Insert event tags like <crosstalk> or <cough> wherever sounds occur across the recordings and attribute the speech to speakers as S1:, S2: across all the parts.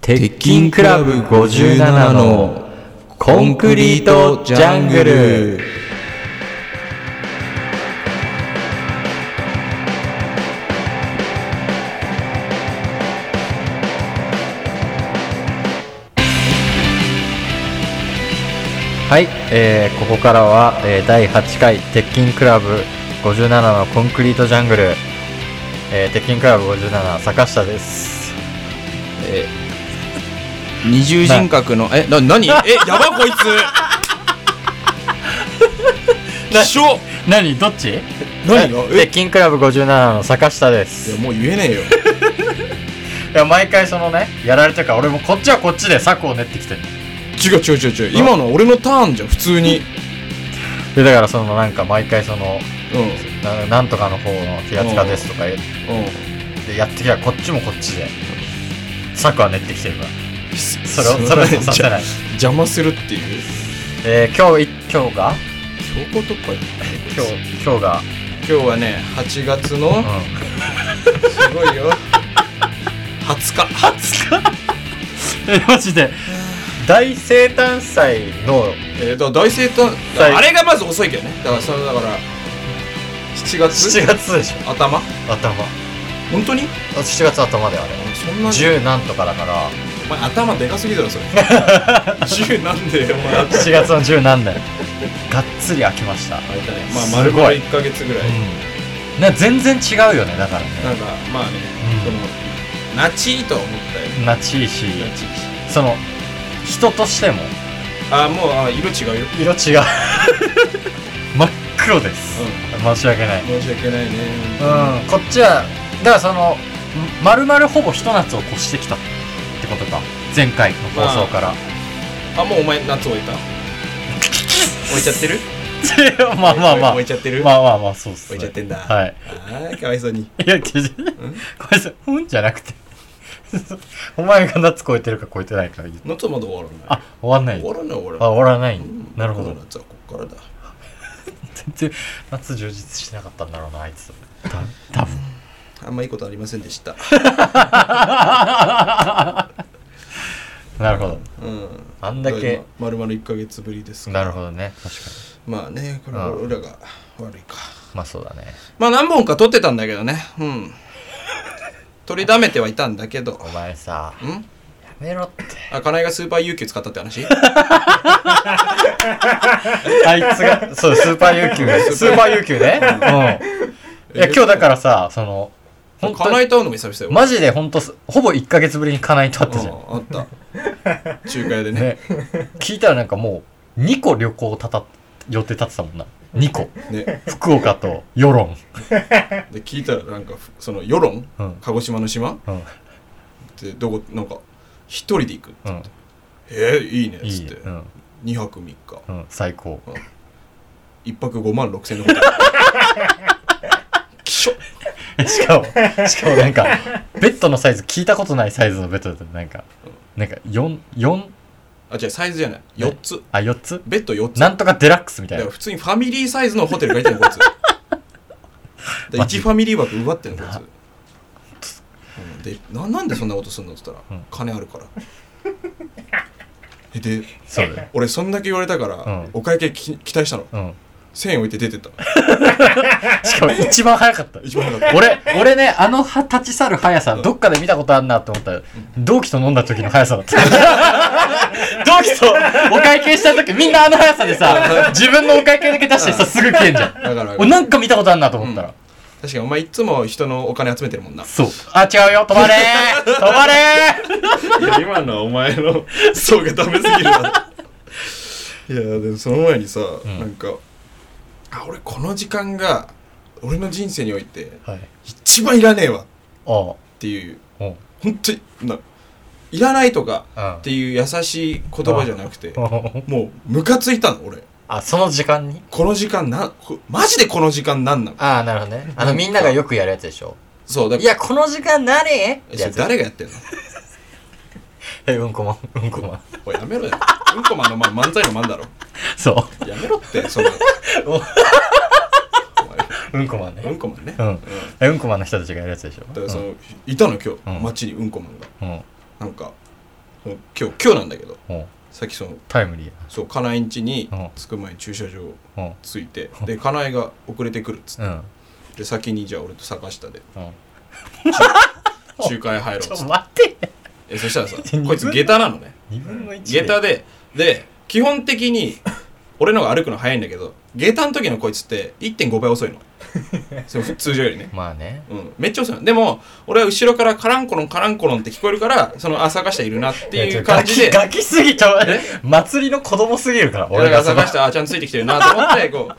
S1: 鉄筋クラブ57のコンクリートジャングルはい、えーここからは、えー第8回鉄筋クラブ57のコンクリートジャングル、えー鉄筋クラブ57坂下です
S2: えー二重人格のえな <laughs> 何えやばこいつなしょ
S3: 何どっち
S2: 何がえ
S1: 鉄筋クラブ57の坂下で
S2: い
S1: す
S2: やもう言えねえよ
S1: いや毎回そのねやられてるから俺もこっちはこっちで策を練ってきてる
S2: <laughs> 違う違う違う違う今のは俺のターンじゃん普通に
S1: でだからそのなんか毎回その
S2: うん
S1: ななんとかの方の平塚ですとか言っ
S2: う
S1: てやってきたらこっちもこっちで策は練ってきてるから
S2: ん
S1: それをそれを
S2: <laughs>
S1: させない、
S2: 邪魔するっていう
S1: えー、今日い今日が
S2: 強行突破じゃ
S1: 今
S2: ん
S1: 日今日が
S2: 今日はね8月
S1: う
S2: のすごい <laughs> よ20日
S3: えマジで
S1: ん大生誕祭の
S2: えー、だから大生誕
S1: はい
S2: あれがまず遅いけどねだからそのだから7月
S1: 7月でし
S2: 頭
S1: ょ頭
S2: 本当に
S1: 7月頭であれ
S2: そんな
S1: 10なんとかだから
S2: お前頭でかすぎだろそ
S1: <laughs>
S2: れ十なんでお前あれ
S1: 7月の10なんだよがっつり開きましたうん
S2: だねまあ
S1: すごい
S2: 丸ごと1ヶ月ぐらい、
S1: な全然違うよねだからね
S2: なんかまあね、
S1: うん
S2: そのナチーとは思ったよ
S1: なちいし
S2: ナチー
S1: その人としても
S2: ああもうあー色違うよ
S1: 色違う真っ黒です、申し訳ないうん
S2: 申し訳ないね
S1: こっちはだからそのまるまるほぼひと夏を越してきたってことか前回の放送から、
S2: あもうお前夏終えた終えちゃってる
S1: まあまあまあ
S2: 終えちゃってる、
S1: まあまあまあそうっす
S2: 終えちゃってんだ
S1: はい
S2: あーかわいそうに
S1: いや、違う違う。ごめんなさい、うんじゃなくて。お前が夏超えてるか超えてないか言って。
S2: 夏はまだ終わらない
S1: あ、終わんない。
S2: 終わらない終わら
S1: あ、
S2: ない
S1: 終わらない
S2: うん。
S1: なるほ
S2: こ
S1: ど
S2: の。夏はこっからだ
S1: 全然、夏充実してなかったんだろうな、あいつ。た多分
S2: あんまいいことありませんでした
S1: <laughs> なるほど。
S2: うん
S1: あんだけ。
S2: まるまる1ヶ月ぶりですから
S1: なるほどね。確かに。
S2: まあねこれ
S1: うん
S2: 俺らが悪いか
S1: まあそうだね。
S2: まあ何本か撮ってたんだけどねうん取りだめてはいたんだけど
S1: お前さ、
S2: ん
S1: やめろって。
S2: あかなえがスーパー UQ 使ったって
S1: <laughs>
S2: 話
S1: あいつが、そう、スーパー UQ。スー <laughs> パー UQ ね。うん。いや、今日だからさ、その、本
S2: か
S1: 当
S2: な
S1: に
S2: えと会うのも久々よ、
S1: マジで本当ほぼ1ヶ月ぶりにかないとあったじゃん。
S2: うんあった
S1: <laughs>
S2: 中華屋でね
S1: ね、聞いたらなんかもう2個旅行たた予定立ってたもんな2個
S2: ね
S1: 福岡と世論
S2: で聞いたらなんかふその世論、
S1: うん
S2: 鹿児島の島っ
S1: うん
S2: てどこなんか一人で行く
S1: うん
S2: えー、いいねっ
S1: い
S2: つっ
S1: い
S2: て、
S1: うん
S2: 2泊3日
S1: うん最高
S2: 1泊5万6千のホテル <laughs> きしょ
S1: え <laughs> しかもしかもなんかベッドのサイズ聞いたことないサイズのベッドだったなんかなんか四四
S2: あ違うサイズじゃない4つ
S1: あ四つ
S2: ベッド4つ
S1: なんとかデラックスみた
S2: だ
S1: い
S2: か
S1: な
S2: ら普通にファミリーサイズのホテル借りてんの
S1: <laughs>
S2: こいつだから
S1: マジ
S2: 1ファミリー枠奪ってんのこい
S1: な
S2: つうんでななんでそんなことすんのって言ったら、
S1: うん
S2: 金あるからえで
S1: そうだよ
S2: 俺そんだけ言われたから、
S1: うん
S2: お会計き期待したの
S1: うん
S2: 1000円置いて出てった
S1: しかも一番早か <laughs> った
S2: 一番早かっ
S1: 俺俺ねあのは立ち去る速さどっかで見たことあんなと思ったら同期と飲んだ時の速さだった <laughs> 同期とお会計した時みんなあの速さで <laughs> さ自分のお会計だけ出してさすぐ消えんじゃん
S2: ただから
S1: 俺なんか見たことあんなと思ったら、
S2: う確かにお前いつも人のお金集めてるもんな
S1: そうあ違うよ止まれー止まれ <laughs> ー
S2: いや今のはお前の層がダメすぎるわ <laughs> いやでもその前にさ、
S1: ん
S2: なんかあ俺この時間が俺の人生において
S1: はい
S2: 一番いらねえわっ
S1: おう
S2: ていう
S1: おう
S2: 本当にないらないとか
S1: うん
S2: っていう優しい言葉じゃなくて
S1: おう
S2: もうムカついたの俺
S1: あその時間に
S2: この時間なこマジでこの時間なんなの
S1: ああなるほどねあのみんながよくやるやつでしょ
S2: そうだ
S1: いやこの時間何って
S2: えそ
S1: や
S2: れ
S1: つ
S2: 誰がやってんの
S1: えうんこまんうんこまん
S2: おいやめろようんこまんの前漫才のマンだろ
S1: <laughs> そ
S2: やめろってそ <laughs> の
S1: お
S2: お
S1: ううんこまんね
S2: 前うんこマンね、
S1: う
S2: うん
S1: んえうんこマンの人たちがやるやつでしょ
S2: だからその、いたの今日、
S1: うん
S2: 街にうんこマンが
S1: うん
S2: なんか今日今日なんだけど
S1: うん
S2: さっきその
S1: タイムリー
S2: そう金井ん家に
S1: うん
S2: 着く前に駐車場
S1: うん
S2: 着いてで金井が遅れてくるっつって
S1: うん
S2: で先にじゃあ俺と坂下で
S1: うん
S2: 仲介入ろうっ
S1: ち
S2: つ
S1: ょ
S2: って
S1: 待って
S2: えそしたらさこいつ下駄なのね
S1: 2分の1
S2: 下駄でで基本的に俺の方が歩くの早いんだけど下駄の時のこいつって1.5倍
S1: <laughs>
S2: 遅いのそう通常よりね
S1: まあね
S2: うん、めっちゃ遅いのでも俺は後ろからカランコロンカランコロンって聞こえるからそのあ坂下いるなっていう感じで
S1: ガキガキすぎちゃう祭りの子供すぎるから
S2: 俺
S1: 俺
S2: が
S1: がその
S2: 坂下あちゃんついてきてるなと思ってこ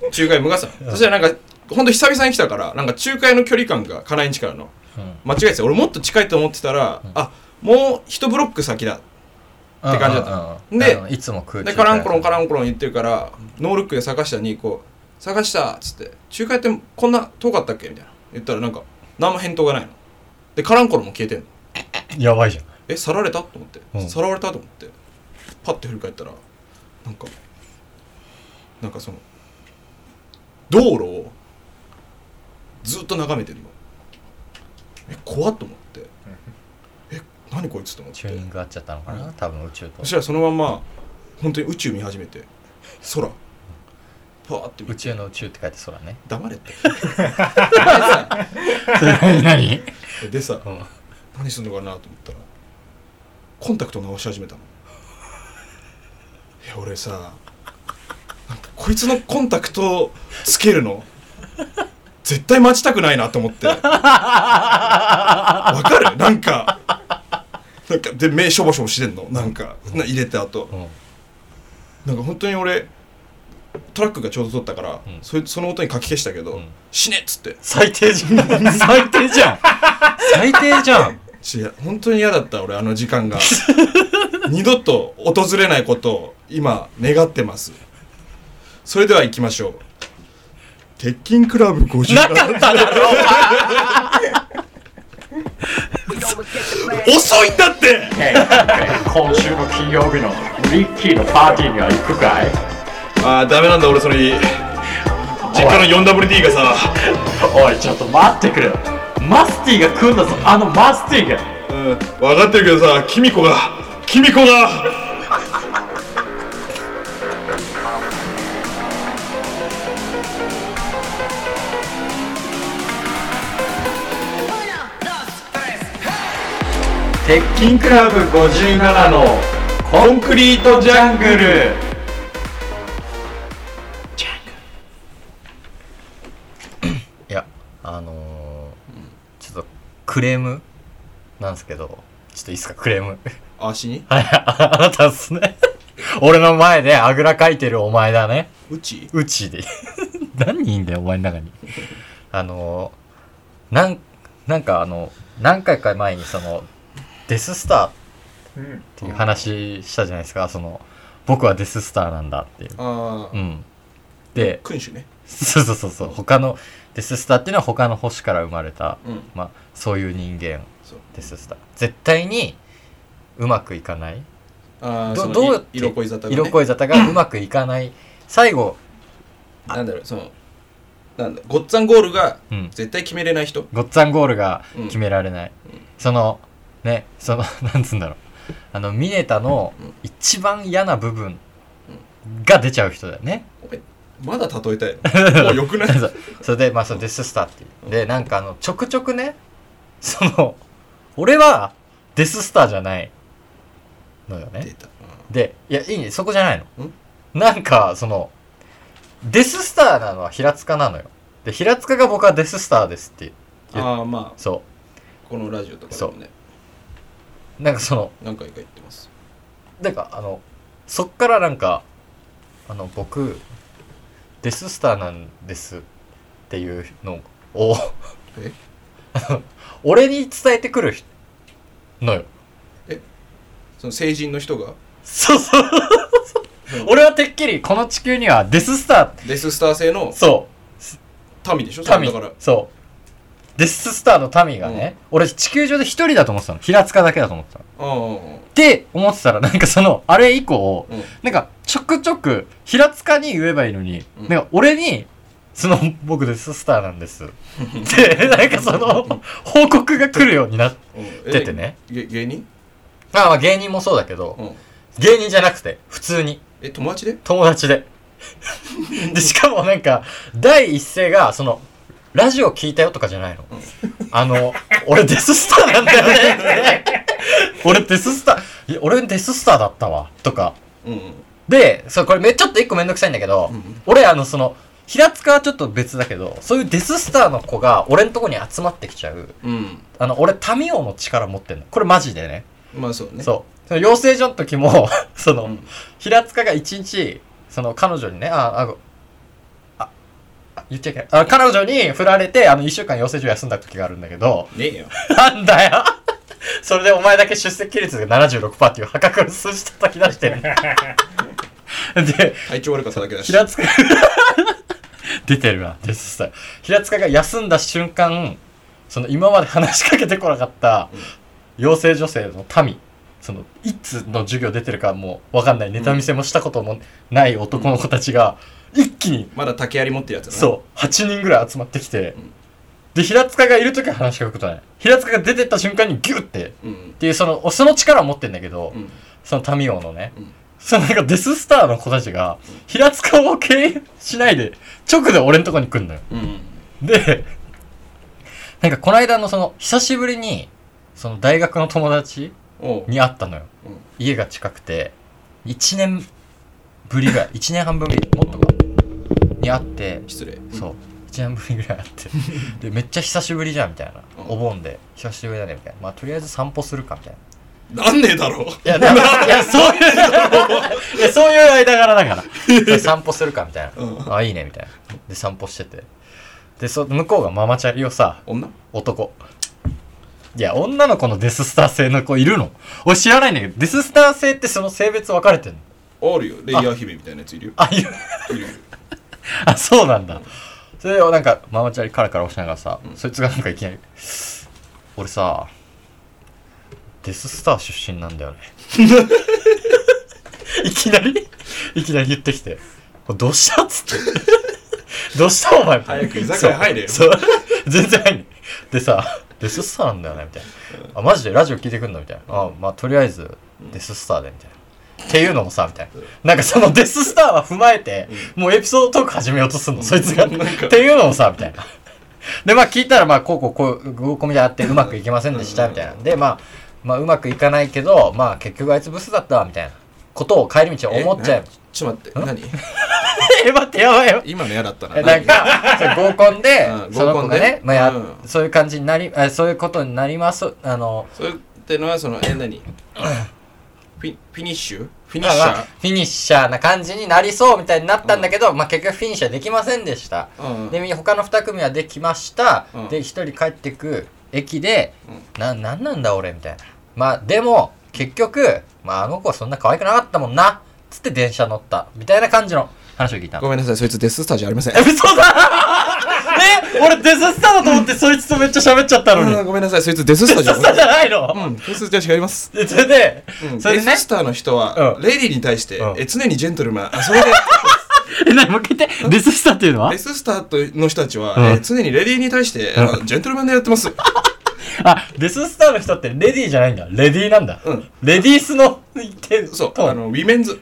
S2: う仲介向かすのそしたらなんかほんと久々に来たからなんか仲介の距離感が金井んちからの
S1: うん
S2: 間違えてた俺もっと近いと思ってたら、あもう一ブロック先だって感じだった
S1: うんうんうん
S2: で
S1: あのいつも空
S2: でカランコロンカ
S1: ン
S2: ランコロン言ってるからノールックで坂下にこう「坂下」っつって「仲介ってこんな遠かったっけ?」みたいな言ったらなんか何も返答がないのでカランコロンも消えてんの
S1: やばいじゃん
S2: えさられたと思って、
S1: うん
S2: さらわれたと思ってパッて振り返ったらなんかなんかその道路をずっと眺めてるよえ怖っと思って、え何こいつと思っ
S1: チューニ
S2: て
S1: ング合っちゃったのかな多分宇宙と
S2: そしたらそのまんま本当に宇宙見始めて空パーって見
S1: 宇
S2: て
S1: 宙の宇宙って書いて空ね <laughs>
S2: 黙れって <laughs> でさ
S3: 何
S2: でさ
S1: うん
S2: 何するのかなと思ったらコンタクト直し始めたのいや俺さなんかこいつのコンタクトをつけるの絶対待ちたくないなと思ってわかるなんかなんかで目しょぼしょぼしてんのなんかな入れた後
S1: うん
S2: なんか本当に俺トラックがちょうど通ったから、
S1: うん
S2: そその音にかき消したけど、
S1: うん
S2: 死ねっつって
S1: 最低じゃん最低じゃん最低じゃん
S2: ち本当に嫌だった俺あの時 <laughs> 間が二度と訪れないことを今願ってますそれでは行きましょう鉄筋クラブ50
S1: なかっただろ
S2: 遅いんだって
S3: 今週の金曜日のリッキーのパーティーには行くかい
S2: ああダメなんだ俺それ実家の 4WD がさ
S3: おいちょっと待ってくれマスティが来んだぞあのマスティが
S2: うん分かってるけどさキミコがキミコが
S3: 鉄筋クラブ57のコンクリートジャングル
S1: いやあのーちょっとクレームなんですけどちょっといいっすかクレーム
S2: あしに
S1: はいああなたっすね俺の前であぐらかいてるお前だね
S2: うち
S1: うちで何人いんだよお前の中にあのーなんなんかあの何回か前にそのデススターっていう話したじゃないですかその僕はデススターなんだっていう
S2: ああ
S1: うんで
S2: 君主ね
S1: そうそうそうそう他のデススターっていうのは他の星から生まれた
S2: うん
S1: まあそういう人間
S2: そう
S1: デススター絶対にうまくいかない
S2: ああ
S1: ど
S2: その
S1: どうや
S2: い
S1: って
S2: 色恋沙汰が、ね、
S1: 色恋沙汰がうまくいかない最後
S2: なんだろうそのなんだごっつぁんゴールが
S1: うん
S2: 絶対決めれない人
S1: ごっつぁんゴールが
S2: うん
S1: 決められない、そのねその <laughs> なんつうんだろうあのミネタの
S2: うん
S1: 一番嫌な部分が出ちゃう人だよね
S2: お前まだ例えたい
S1: <laughs>
S2: のもうよくない
S1: そうそれでまあそのデススターっていうでなんかあのちょくちょくねその俺はデススターじゃないのよ
S2: デ
S1: ね
S2: ータ
S1: でいやいいねそこじゃないの
S2: ん
S1: なんかそのデススターなのは平塚なのよで平塚が僕はデススターですって
S2: うんああま
S1: そ
S2: あこのラジオとかでもね
S1: うなんかその
S2: 何回か言ってます
S1: なんかあのそっからなんかあの僕デススターなんですっていうのを
S2: え
S1: <laughs> 俺に伝えてくる人のよ
S2: その成人の人が
S1: そうそう俺はてっきりこの地球にはデススタ
S2: デススター製の
S1: ーそ
S2: 民でしょ
S1: う民
S2: それだから
S1: そうデススターの民がね、俺地球上で一人だと思ってたの平塚だけだと思ってたのっ
S2: ああうん
S1: て思ってたらなんかそのあれ以降
S2: うん
S1: なんか、ちょくちょく、平塚に言えばいいのに、
S2: うん
S1: なんか、俺に、その、僕です、スターなん <laughs> です。で、なんかその、報告が来るようになっ
S2: うんえ
S1: 出てね
S2: げ芸人
S1: まあまあ芸人もそうだけど、
S2: うん
S1: 芸人じゃなくて、普通に。
S2: え友達で
S1: 友達 <laughs> で。で、しかもなんか、第一声が、その、ラジオ聞いたよとかじゃないの。あの、俺デススターなんだよね <laughs> って。俺デススター、いや俺デススターだったわ。とか。
S2: うんうん
S1: で、そう、これめ、ちょっと一個めんどくさいんだけど、
S2: うん
S1: 俺、あの、その、平塚はちょっと別だけど、そういうデススターの子が俺んとこに集まってきちゃう。
S2: うん
S1: あの、俺、タミオの力持ってんの。これマジでね。
S2: まあそうね
S1: そう。その養成所の時も、 <laughs> その、
S2: うん
S1: 平塚が一日、その彼女にね、あ、あ、ごあ、あ言っちゃいけない。あ彼女に振られて、あの、一週間養成所休んだ時があるんだけど、 <laughs>
S2: ねえよ
S1: なんだよ <laughs> それでお前だけ出席率が76%っていう破格の数字叩き出して
S2: <laughs>
S1: る。で、
S2: 体調悪かっただけだし
S1: 平塚 <laughs> 出てるなデススター平塚が休んだ瞬間その今まで話しかけてこなかった
S2: うん
S1: 養成女性の民そのいつの授業出てるかもわかんないネタ見せもしたこともない男の子たちが一気に
S2: まだ竹槍持ってるやつだな
S1: そう8人ぐらい集まってきて
S2: うん
S1: で平塚がいる時は話しかけることない平塚が出てった瞬間にギュッてっ
S2: うん
S1: ていうそのその力を持ってんだけど
S2: うん
S1: その民王のね
S2: うん
S1: そのなんかデススターの子たちが、平塚を経由しないで、直で俺んとこに来んのよ。
S2: うん
S1: で、なんかこの間のその、久しぶりに、その大学の友達
S2: おう
S1: に会ったのよ。
S2: うん
S1: 家が近くて、1年ぶりぐらい、1年半分ぶり、もっとか、に会って、
S2: 失礼
S1: そう、1年ぶりぐらい会
S2: <laughs>
S1: って、で、めっちゃ久しぶりじゃん、みたいな。
S2: うん
S1: お盆で、久しぶりだね、みたいな。まあ、とりあえず散歩するか、みたいな。
S2: なんねえだろ
S1: いや、だからいや、そういう、 <laughs> いや、そういう間柄だから。散歩するか、みたいな。
S2: うん
S1: あ、いいね、みたいな。で、散歩してて。で、そ、向こうがママチャリをさ、
S2: 女
S1: 男。いや、女の子のデススター性の子いるの俺知らないんだけど、デススター性ってその性別分かれてんの
S2: あるよレイヤー姫みたいなやついるよ
S1: あ、いる。
S2: いるよ
S1: あ、そうなんだ。それをなんか、ママチャリカラカラ押しながらさ、
S2: うん
S1: そいつがなんかいきなり、俺さ、デススター出身なんだよね。 <laughs> いきなりいきなり言ってきて、これどうしたっつって。どうしたお前みたいな
S2: 早く居酒屋入れよ
S1: そう。そう全然入んない。でさ、デススターなんだよねみたいな。あ、マジでラジオ聞いてくんのみたいな。あ、まあとりあえず、デススターでみたいな。っていうのもさ、みたいな。なんかそのデススターは踏まえて、もうエピソードトーク始めようとするの、そいつが。っ
S2: なんか
S1: ていうのもさ、みたいな。で、まあ聞いたら、まあ、こうこうこう、合コンみたいなのあって、うまくいきませんでした、みたいな。で、まあ、まあ、うまくいかないけど、まあ、結局あいつブスだったわ、みたいなことを帰り道思っちゃう。
S2: えちょっと待って何
S1: え、待って、やばいよ。
S2: 今の嫌だったな
S1: えなんか、そう合コンで
S2: う、ん
S1: その
S2: 合コ
S1: 子
S2: ン
S1: が
S2: で
S1: ね、まあや
S2: う、ん
S1: そういう感じになり、あそういうことになります、あの、
S2: それってのはその
S1: <coughs>
S2: え何フィフィニッシュフィニッ
S1: まあ
S2: シ
S1: まあ
S2: ャー
S1: フィニッシャーな感じになりそうみたいになったんだけど、まあ結局フィニッシャーできませんでした。
S2: うん
S1: で他の2組はできました、
S2: うん
S1: で1人帰ってく駅で、
S2: う
S1: ななんなんだ俺みたいなまあでも結局、まあ、あの子はそんな可愛くなかったもんなつって電車乗ったみたいな感じの話を聞いたの
S2: ごめんなさいそいつデススターじゃありません
S1: え <laughs> 嘘だえ俺デススターだと思ってそいつとめっちゃ喋っちゃったのに、
S2: うんごめんなさいそいつデススタ
S1: デス <laughs>
S2: ーじゃあ
S1: ス
S2: り
S1: タ
S2: ま
S1: ーじゃないの、
S2: せんうんデススターじゃ違います
S1: でそれで、
S2: うん
S1: それ
S2: デ
S1: でね
S2: ススターの人は
S1: うん
S2: レディーに対して
S1: うん
S2: え常にジェントルマンあそれ
S1: <laughs>
S2: で
S1: え何もう一回言ってデススターっていうのは
S2: デススターとの人たちは
S1: うん
S2: え常にレディーに対してあのジェントルマンでやってます
S1: あデススターの人ってレディーじゃないんだレディーなんだ、
S2: うん
S1: レディースの言ってる
S2: そう
S1: トーン
S2: あのウィメンズ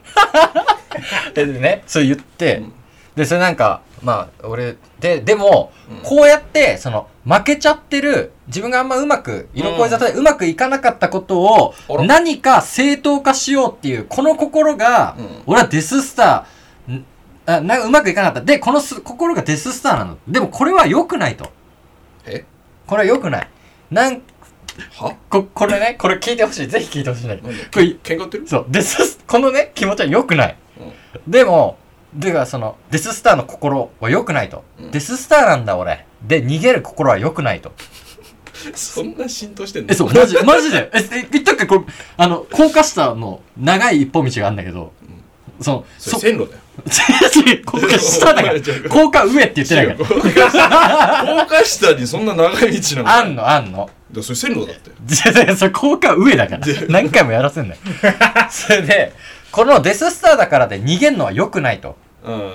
S1: でねそう言って、
S2: うん
S1: でそれなんかまあ俺ででも、
S2: うん
S1: こうやってその負けちゃってる自分があんまうまく色恋沙汰でうまくいかなかったことを
S2: あら
S1: 何か正当化しようっていうこの心が、
S2: うん
S1: 俺はデススターんあなんかうまくいかなかったでこのす心がデススターなのでもこれは良くないと
S2: え
S1: これは良くないなん
S2: は
S1: ここれ <laughs> ねこれ聞いてほしいぜひ聞いてほしいんだけど
S2: なんで
S1: これ
S2: 喧嘩売ってる
S1: そうデススこのね気持ちは良くない
S2: うん
S1: でも、でがその、デススターの心は良くないと。
S2: うん
S1: デススターなんだ俺。で、逃げる心は良くないと。
S2: そんな浸透してんの
S1: え、 <laughs> そう、マジ、マジで。え、え言ったっけこれ、あの、高架下の長い一本道があるんだけど、その、<laughs>
S2: それ線路だよ
S1: 高架下だ <laughs> から
S2: 違う、
S1: 高架上って言ってないから。
S2: 高架下にそんな長い道なの
S1: <laughs> あんの、あんの。 <laughs>
S2: だそれ線路だって
S1: じゃじゃそれ効果上だから。何回もやらせんなよ。それで、このデススターだからで逃げるのは良くないと。
S2: うん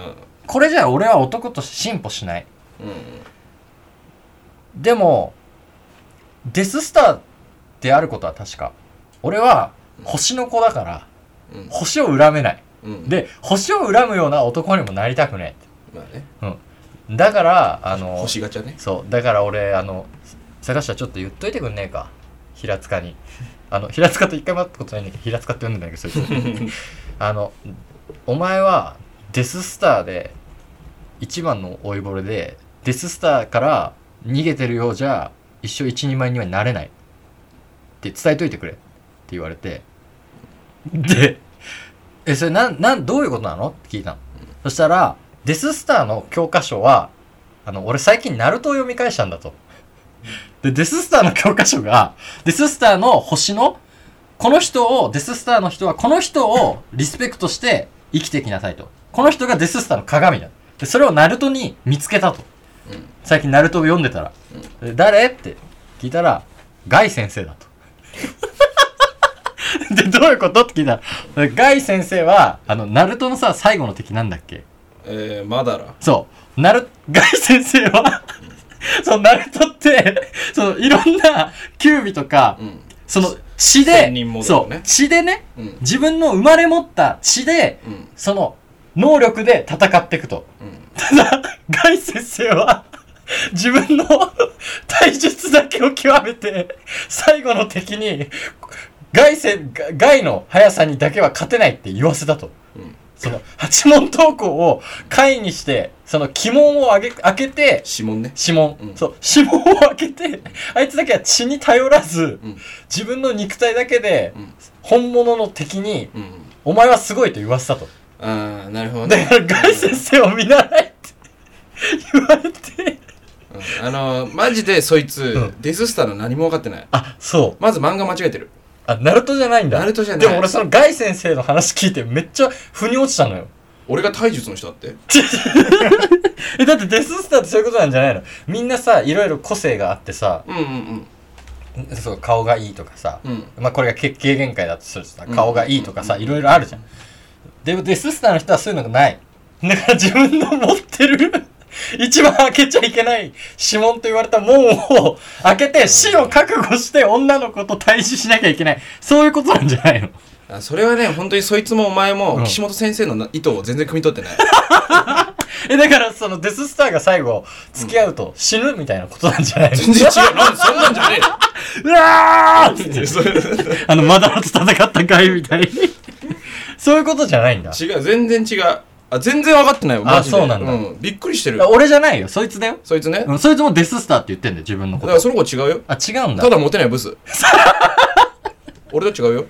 S1: これじゃ俺は男として進歩しない。
S2: う
S1: でもデススターであることは確か俺は星の子だから、
S2: うん
S1: 星を恨めない。
S2: うん、
S1: で、星を恨むような男にもなりたくない。
S2: まあね
S1: だから、あの、
S2: 星ガチャね
S1: そう、だから俺、あの、坂下ちょっと言っといてくんねえか。平塚に。あの、平塚と一回も会ったことないんだけど、平塚って呼んでんだけど、そいつあの、お前はデススターで、一番の老いぼれで、デススターから逃げてるようじゃ、一生一人前にはなれない。って伝えといてくれ。って言われて。で、え、それなん、なん、どういうことなのって聞いたの。そしたら、デススターの教科書は、あの、俺最近ナルトを読み返したんだと。で、デススターの教科書が、デススターの星の、この人を、デススターの人はこの人をリスペクトして生きてきなさいと。この人がデススターの鏡だ。で、それをナルトに見つけたと。
S2: うん
S1: 最近ナルトを読んでたら。で誰って聞いたら、ガイ先生だと。 <laughs> で、どういうことって聞いたら、ガイ先生は、あの、ナルトのさ、最後の敵なんだっけ
S2: <laughs> えー、マダラ
S1: そう。なる、ガイ先生は、そのナルトって、そのいろんなキュービとか、
S2: うん
S1: その血で、
S2: 千人モデル
S1: そ
S2: ね
S1: う、血でね、
S2: うん
S1: 自分の生まれ持った血で、
S2: うん
S1: その能力で戦っていくと。
S2: うん
S1: <laughs> ガイ先生は自分の体術だけを極めて最後の敵にガイせガガイの速さにだけは勝てないって言わせたと。
S2: うん
S1: その八門投稿を会にしてその鬼門を上げ開けて
S2: 指紋ね
S1: 指紋、
S2: うん
S1: そう指紋を開けてあいつだけは血に頼らず、
S2: うん
S1: 自分の肉体だけで
S2: うん
S1: 本物の敵に
S2: うん
S1: 「お前はすごい」と言わせたと。
S2: ああなるほど
S1: だ
S2: ね
S1: からガイ先生を見習えって言われて
S2: うんあのー、マジでそいつ、
S1: うん
S2: デススターの何も分かってない
S1: あそう
S2: まず漫画間違えてる
S1: あ、ナルトじゃないんだ。
S2: ナルトじゃない
S1: でも俺そのガイ先生の話聞いてめっちゃ腑に落ちたのよ。
S2: 俺が体術の人だって
S1: え、だってデススターってそういうことなんじゃないのみんなさ、いろいろ個性があってさ、
S2: うんうん
S1: そう顔がいいとかさ、
S2: うんうん
S1: まあこれが経経験会だとするとさ、
S2: うん
S1: 顔がいいとかさ、いろいろあるじゃん。でもデススターの人はそういうのがない。だから自分の持ってる。 <laughs> 一番開けちゃいけない指紋と言われた門を開けて死を覚悟して女の子と対峙しなきゃいけないそういうことなんじゃないの
S2: あそれはね本当にそいつもお前も、
S1: うん
S2: 岸本先生のな意図を全然汲み取ってない
S1: え、だからそのデススターが最後、付き合うと死ぬみたいなことなんじゃないの、
S2: 全然違 <laughs> うなんそんなんじゃねえよ
S1: <laughs> うわーって、
S2: それ <laughs>
S1: あの、マダラと戦ったガイみたいに。 <laughs> そういうことじゃないんだ。
S2: 違う全然違うあ全然分かってないよマジで
S1: あそうなんだ
S2: うん、びっくりしてる
S1: 俺じゃないよ、そいつだよ。
S2: そいつね
S1: うん、そいつもデススターって言ってんだよ、自分のこ
S2: だから
S1: と。
S2: その子違うよ
S1: あ、違うんだ
S2: た。だモテないブス <laughs> 俺と違うよ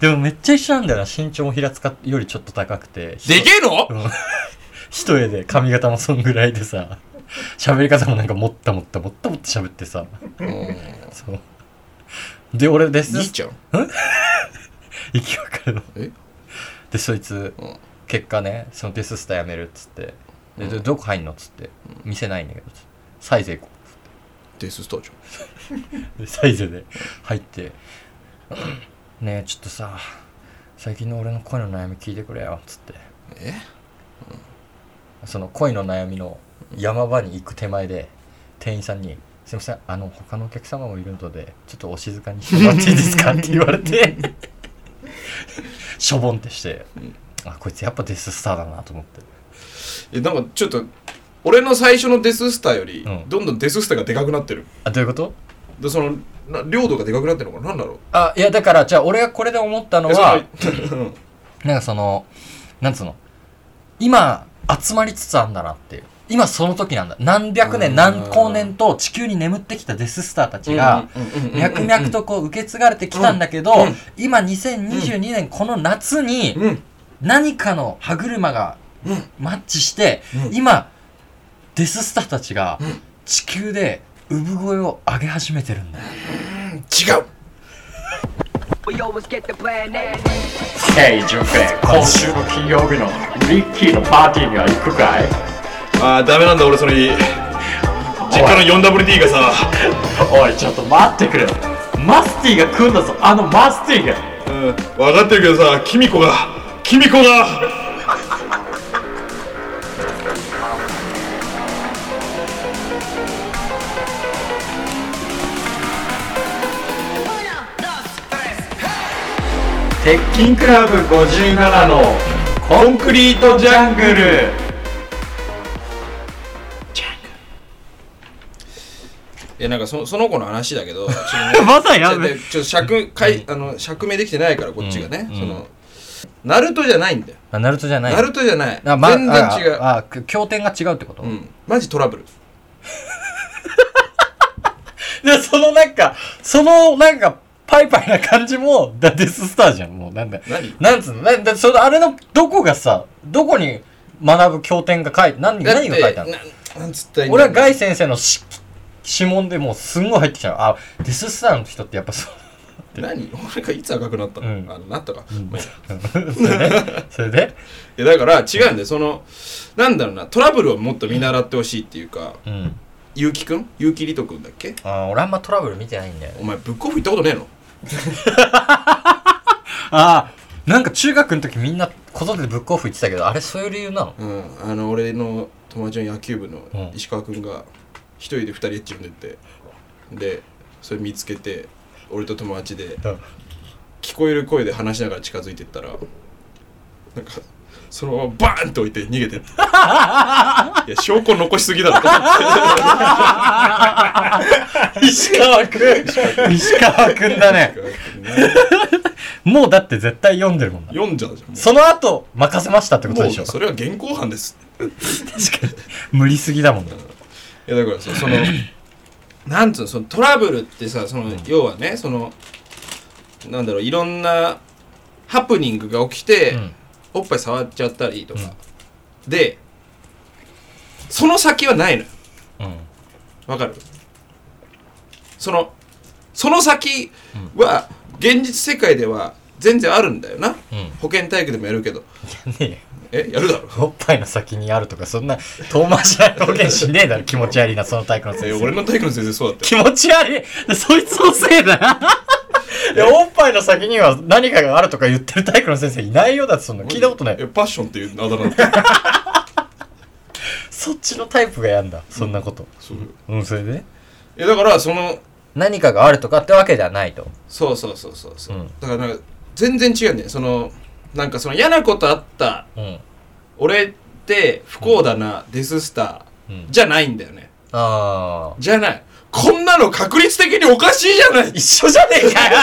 S1: でもめっちゃ一緒なんだよな、身長も平塚よりちょっと高くて。
S2: でけえの
S1: 一重で髪型もそんぐらいでさ、喋り方もなんかもったもったもったもった喋ってさ。
S2: うん
S1: そう。で、俺デス
S2: 兄
S1: スター、
S2: ちゃん
S1: 生き別れの。
S2: え
S1: で、そいつ、
S2: うん
S1: 結果ねそのデススターやめるっつってででどこ入んのっつって見せないんだけどつってサイゼ行こ
S2: デススターじ
S1: うでサイゼで入って「ねえちょっとさ最近の俺の恋の悩み聞いてくれよ」っつって
S2: ゃんえ
S1: その恋の悩みの山場に行く手前で店員さんに「すいませんあの他のお客様もいるのでちょっとお静かにしてもらっていいですか?」って言われて <laughs> しょぼんってして
S2: うん
S1: 「あこいつやっぱデススターだな」と思って
S2: えなんかちょっと俺の最初のデススターより、
S1: うん
S2: どんどんデススターがでかくなってる
S1: あどういうこと
S2: でそのな領土がでかくなってるのかななんだろう
S1: あいやだからじゃあ俺がこれで思ったの
S2: えそ
S1: は
S2: のうん
S1: なんかその、なんつうの、今、集まりつつあんだなっていう。今その時なんだ。何百
S2: う
S1: 年、
S2: ん
S1: 何光年と地球に眠ってきたデススターたちが、
S2: うんうんうんうん
S1: 脈々とこう受け継がれてきたんだけど
S2: うんうん、
S1: 今2022年この夏に
S2: うん
S1: 何かの歯車が
S2: うん
S1: マッチして
S2: う、ん
S1: 今、デススターたちが
S2: うん
S1: 地球で産声を上げ始めてるんだ
S2: <laughs>
S1: よ。
S2: 違う
S4: We always get the plan A.
S3: ヘイジュンペイ今週の金曜日のリッキーのパーティーには行くかい
S2: ああダメなんだ俺それ実家の 4WD がさ
S3: おいちょっと待ってくれマスティが来んだぞあのマスティが
S2: うん分かってるけどさキミコがキミコが
S3: 鉄筋クラブ57のコンクリートジャングル
S1: <laughs>
S2: いやなんかそその子の話だ
S1: <laughs>
S2: けどちょっ
S1: まだや
S2: とね
S1: め
S2: ちょっとちょっと尺かいあの釈明できてないからこっちがね、
S1: うん
S2: そのナルトじゃないんだよ、
S1: あナルトじゃない
S2: ナルトじゃない
S1: あ、ま、
S2: 全然違う
S1: ああく経典が違うってこと、
S2: うん、マジトラブル
S1: でそのなんかそのなんかパイパイな感じもだデススターじゃんもうなんだ
S2: 何
S1: なんつうのなだそのあれのどこがさどこに学ぶ経典が書いて何
S2: だって
S1: 何が書いてあるの
S2: ななんつったらいいん
S1: 俺
S2: だろう
S1: はガイ先生のし指紋でもうすんごい入ってきたあデススターの人ってやっぱそう
S2: 何俺がいつ赤くなったの、
S1: うん
S2: あのなったか、まあいいや
S1: それ <laughs> でそれで
S2: いやだから違うんだよそのなんだろうなトラブルをもっと見習ってほしいっていうか
S1: うん
S2: 結城くん結城りとくんだっけ
S1: あー俺あんまトラブル見てないんだよ
S2: お前ブックオフ行ったことねえの
S1: ああなんか中学の時みんな子育てブックオフ行ってたけどあれそういう理由なの
S2: うん、あの俺の友達の野球部の
S1: うん
S2: 石川君が一人で二人エッチ呼んでってでそれ見つけて俺と友達で
S1: うん
S2: 聞こえる声で話しながら近づいてったらなんかそのままバーンと置いて逃げてって
S1: <laughs>
S2: いや証拠残しすぎだろと思って
S1: 石川くん <laughs> 石川くんだねもうだって絶対読んでるもんな
S2: 読んじゃうじゃんも
S1: その後任せましたって
S2: う
S1: ことでし
S2: も
S1: ょ
S2: うそれは現行犯です
S1: 無理すぎだもんね
S2: いやだからさそ
S1: <clears throat>
S2: のなんつうのそのトラブルってさその、要はねそのなんだろういろんなハプニングが起きて、
S1: うん
S2: おっぱい触っちゃったりとか、でその先はないのよ
S1: うん
S2: わかるそのその先は、現実世界では全然あるんだよな、
S1: うん
S2: 保健体育でもやるけど
S1: ねえよ
S2: えやる
S1: <laughs>
S2: だろ
S1: おっぱいの先にあるとかそんな遠回しな表現しねえだろ気持ち悪いなその体育の
S2: え
S1: 先生
S2: 俺の体育の先生そうだったよ
S1: 気持ち悪いそいつのせいだないやおっぱいの先には何かがあるとか言ってる体育の先生いないよだってそんな聞いたことない
S2: えパッションっていうあだ名だった
S1: そっちのタイプがやんだそんなこと
S2: そうよ
S1: うんそれで
S2: えだからその
S1: 何かがあるとかってわけではないと
S2: そうそうそうそうそう、
S1: うん
S2: だからなんか全然違うんだよそのなんかその嫌なことあった
S1: うん
S2: 俺って不幸だな、デススター、
S1: うん
S2: じゃないんだよね
S1: ああ
S2: じゃないこんなの確率的におかしいじゃないっ
S1: 一緒じゃねえかよ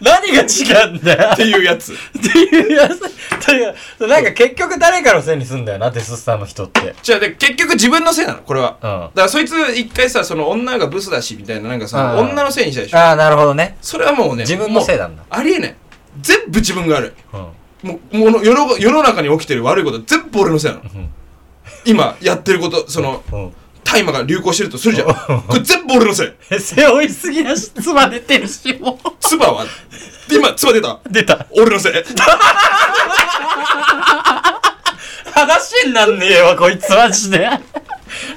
S1: 何が違うんだよ
S2: ていう
S1: <laughs>
S2: やつ
S1: っていうやつというなんか結局誰かのせいにすんだよなデススターの人って
S2: じゃあで結局自分のせいなのこれは、
S1: うん
S2: だからそいつ一回さその女がブスだしみたいななんかさ
S1: うん
S2: 女のせいにしたでしょ
S1: ああなるほどね
S2: それはもうね
S1: 自分のせいなんだ
S2: もうありえない全部自分が悪い
S1: うん
S2: もうもの世の世の中に起きてる悪いことは全部俺のせいなの、
S1: ん
S2: 今やってることそ
S1: <laughs>
S2: の
S1: うん
S2: 大麻が流行してるとするじゃんこれ全部俺のせい
S1: 背負いすぎなしつま出てるしも
S2: 唾は今唾出た
S1: う出た
S2: 俺のせい
S1: 話になんねえわこいつマジで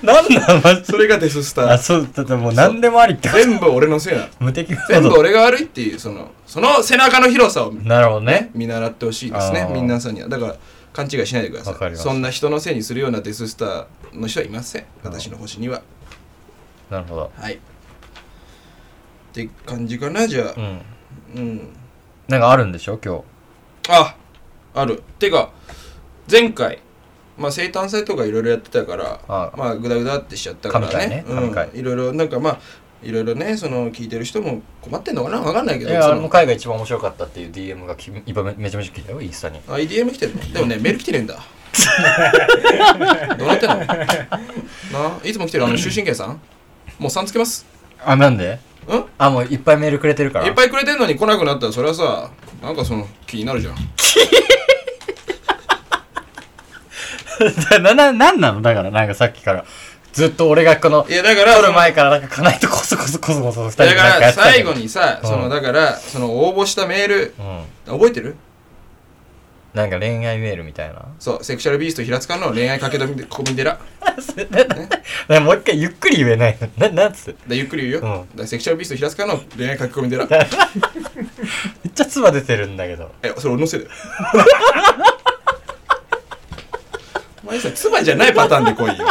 S1: なんなんマジ
S2: そ
S1: で
S2: れがデススタ
S1: あ
S2: ー
S1: そうだってもう何でもありってこと
S2: 全部俺のせいなの
S1: 無敵モー
S2: 全部
S1: ド
S2: 俺が悪いっていうそのその背中の広さを
S1: なるほどね
S2: 見習ってほしいですね
S1: あー
S2: 皆さんにはだから勘違いしないでくだ
S1: わか
S2: さ
S1: り
S2: い
S1: ました
S2: そんな人のせいにするようなデススターの人はいません私の星には
S1: なるほど
S2: はいって感じかなじゃ
S1: う
S2: あ
S1: ん
S2: うん
S1: なんかあるんでしょ今日
S2: ああるてか前回まあ生誕祭とかいろいろやってたから
S1: あ
S2: まあグダグダってしちゃったから
S1: 神回
S2: ね
S1: ね神回
S2: うん、いろいろなんかまあいろいろねその聞いてる人も困ってんのかなわかんないけ
S1: い
S2: ど
S1: や
S2: そ
S1: あの
S2: の
S1: 回が一番面白かったっていう DM がき今めめちゃめちゃ来たよインスタに
S2: あ EDM 来てるのでもねメール来てね
S1: <laughs>
S2: えんだどうなってんのないつも来てるあの終身刑さんもう3つけます
S1: あなんで
S2: んい
S1: あもういっぱいメールくれてるから
S2: っぱいくれてんのに来なくなったらそれはさなんかその気になるじゃん
S1: <laughs> な、な、なんなのだから、なんかさっきから。ずっと俺がこの、
S2: いやだから
S1: 撮る前からなんか、かないとこそこそこそこそ二人
S2: だ
S1: でなん
S2: か
S1: かや
S2: ら
S1: ってたけ
S2: 最
S1: ど
S2: 後。にさ、
S1: うん
S2: そのだからその応募したメール
S1: うん。
S2: 覚えてる
S1: なんか恋愛メールみたいな。
S2: そう、セクシャルビースト平塚の恋愛駆け込み込み寺。
S1: ねもう一回ゆっくり言えないの。な、なんつって。
S2: でゆっくり言うよ。
S1: うん
S2: だセクシャルビースト平塚の恋愛駆け込み
S1: <laughs>
S2: 寺。
S1: めっちゃ唾出てるんだけど。
S2: え、それ俺のせい <laughs> だよ。お前さ、妻じゃないパターンで来いよ。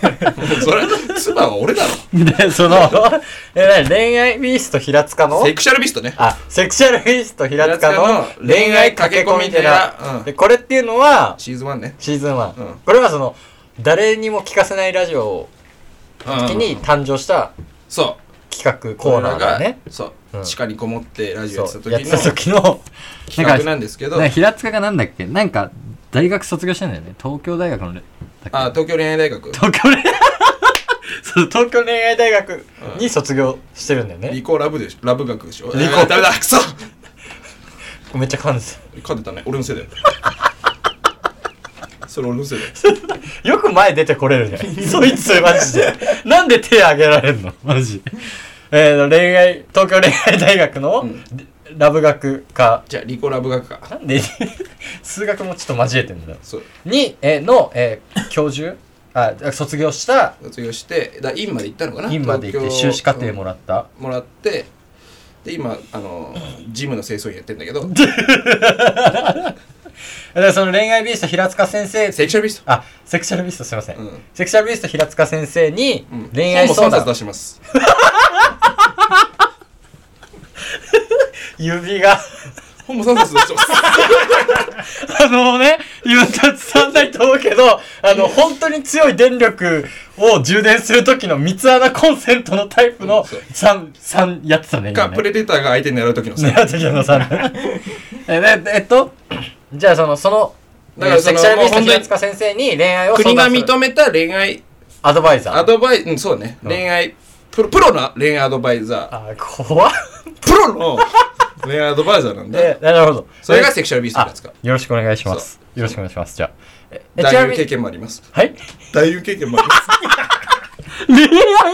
S2: <laughs> それ妻は俺だろ
S1: で、その、 <laughs> え、なに恋愛ビースト平塚の
S2: セクシャルビストね
S1: あ、セクシャルビースト平塚
S2: 平
S1: の
S2: 塚の
S1: 恋愛駆け込み
S2: うん
S1: 寺。で、これっていうのは、
S2: シーズン1ね
S1: シーズン1。
S2: うん
S1: これはその、誰にも聞かせないラジオの時に誕生した
S2: そう
S1: 企画コーナーだよね。
S2: そううん地下にこもってラジオやって
S1: そう、
S2: た
S1: やっ
S2: 時
S1: てた
S2: の
S1: 時の、
S2: 企画なんですけど
S1: なんか平塚がなんだっけなんか、大学卒業してんだよね。東京大学のね、だっけ
S2: あ東京恋愛大学
S1: 東京恋愛 <laughs> そう東京恋愛大学に卒業してるんだよ
S2: 理
S1: ね、
S2: 工ラブでしょラブ学でしょ
S1: 理工
S2: あーダメだクソ
S1: めっちゃ感じ
S2: 噛んでたね俺のせいだよそれ俺のせいだよ
S1: <laughs> よく前出てこれ
S2: <laughs>
S1: るじゃんそいつマジでなんで手挙げられんのマジでえー、恋愛東京恋愛大学の、
S2: うん
S1: ラブ学科
S2: じゃあ理工ラブ学か
S1: なんで <laughs> 数学もちょっと交えてんだよ
S2: そう
S1: に、えーの、えー教授あ卒業した
S2: 卒業してだ院まで行ったのかな
S1: 院まで行って
S2: 東
S1: 修
S2: 京
S1: 士課程もらった
S2: もらってで今あのジムの清掃員やってんだけど
S1: でその恋愛ビースト平塚先生
S2: セクシャルビスト
S1: あセクシャルビーストすいません、
S2: うん
S1: セクシャルビースト平塚先生に
S2: うん
S1: 恋愛相
S2: 本も3冊
S1: 談、
S2: 出します
S1: 指が <laughs>
S2: 本も3冊出してます
S1: あのね今伝わんないと思うけどあの本当に強い電力を充電する時の三つ穴コンセントのタイプ
S2: う
S1: の
S2: んそう
S1: 三三やってたね今
S2: かプ
S1: ね
S2: レデターが相手に狙う時のさ
S1: 狙う時の3 <laughs> えでえっとじゃあそのその
S2: だからその
S1: セクシャルビース
S2: も
S1: ト
S2: う本当に
S1: 平塚先生に恋愛を相
S2: 国が
S1: 談する
S2: 認めた恋愛
S1: アドバイザ
S2: ア
S1: ー
S2: ドバイうんそうね
S1: うん
S2: 恋愛プロプロの恋愛アドバイザ
S1: あ怖っ
S2: ープロの恋愛アドバイザーなん
S1: で
S2: で
S1: なるほど
S2: それがセクシャルビスト
S1: あ
S2: ですか
S1: よろしくお願いしますよろしくお願いしますじゃあええちな
S2: 大
S1: み
S2: 優
S1: に
S2: 経験もあります
S1: はい
S2: 大優経験もあります
S1: 恋愛